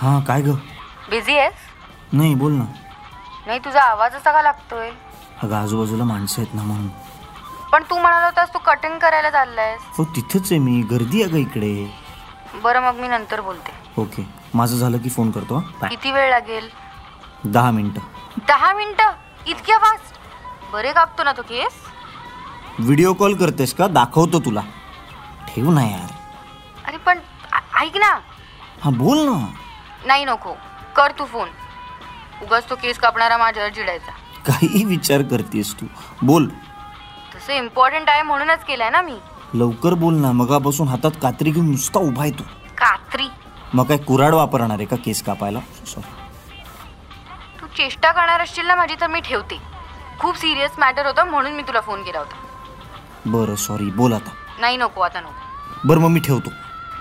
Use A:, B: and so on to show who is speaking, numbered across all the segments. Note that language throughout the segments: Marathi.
A: हां काय ग
B: बिझी आहेस
A: नाही बोल ना
B: नाही तुझा आवाज असा का लागतोय
A: अगं आजूबाजूला माणसं आहेत ना म्हणून
B: पण तू म्हणाला होतास तू कटिंग करायला चाललायस
A: हो तिथंच आहे मी गर्दी आहे का इकडे
B: बरं मग मी नंतर बोलते
A: ओके माझं झालं की फोन करतो हं. बाय.
B: किती वेळ लागेल
A: दहा मिनटं
B: दहा मिनिटं इतक्या फास्ट बरे कापतो ना तो केस
A: व्हिडिओ कॉल करतेस का दाखवतो तुला ठेव ना यार
B: अरे पण आ- ऐक ना
A: हां बोल ना
B: नाही नको कर तू फोन उगाच तो केस कापणारा माझ्यावर चिडायचा
A: काही विचार करतेस तू बोल
B: तसं इम्पॉर्टंट आहे म्हणूनच केलाय ना मी
A: लवकर बोल ना मगापासून हातात कात्री घेऊन नुसता उभा आहे तू
B: कात्री
A: मग काय कुराड वापरणार आहे का केस कापायला सॉरी
B: तू चेष्टा करणार असशील ना माझी तर मी ठेवते खूप सिरियस मॅटर होता म्हणून मी तुला फोन केला होता
A: बरं सॉरी बोल आता
B: नाही नको आता नको
A: बरं मग मी ठेवतो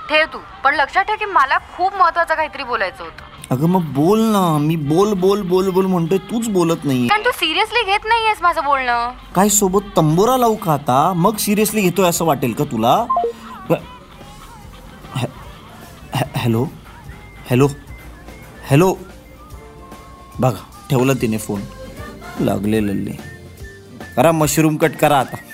B: ठेव तू पण लक्षात ठेव की मला खूप महत्वाचं काहीतरी बोलायचं होतं
A: अगं मग बोल ना मी बोल बोल बोल बोल म्हणतोय तूच बोलत नाहीये
B: कारण तू सिरियसली घेत नाहीयेस माझं बोलणं
A: काय सोबत तंबोरा लावू का आता मग सिरियसली घेतोय असं वाटेल का तुला ब- हॅ- हॅ- हॅलो हॅलो हॅलो बघा ठेवला तिने फोन लागले लल्ले करा मशरूम कट करा आता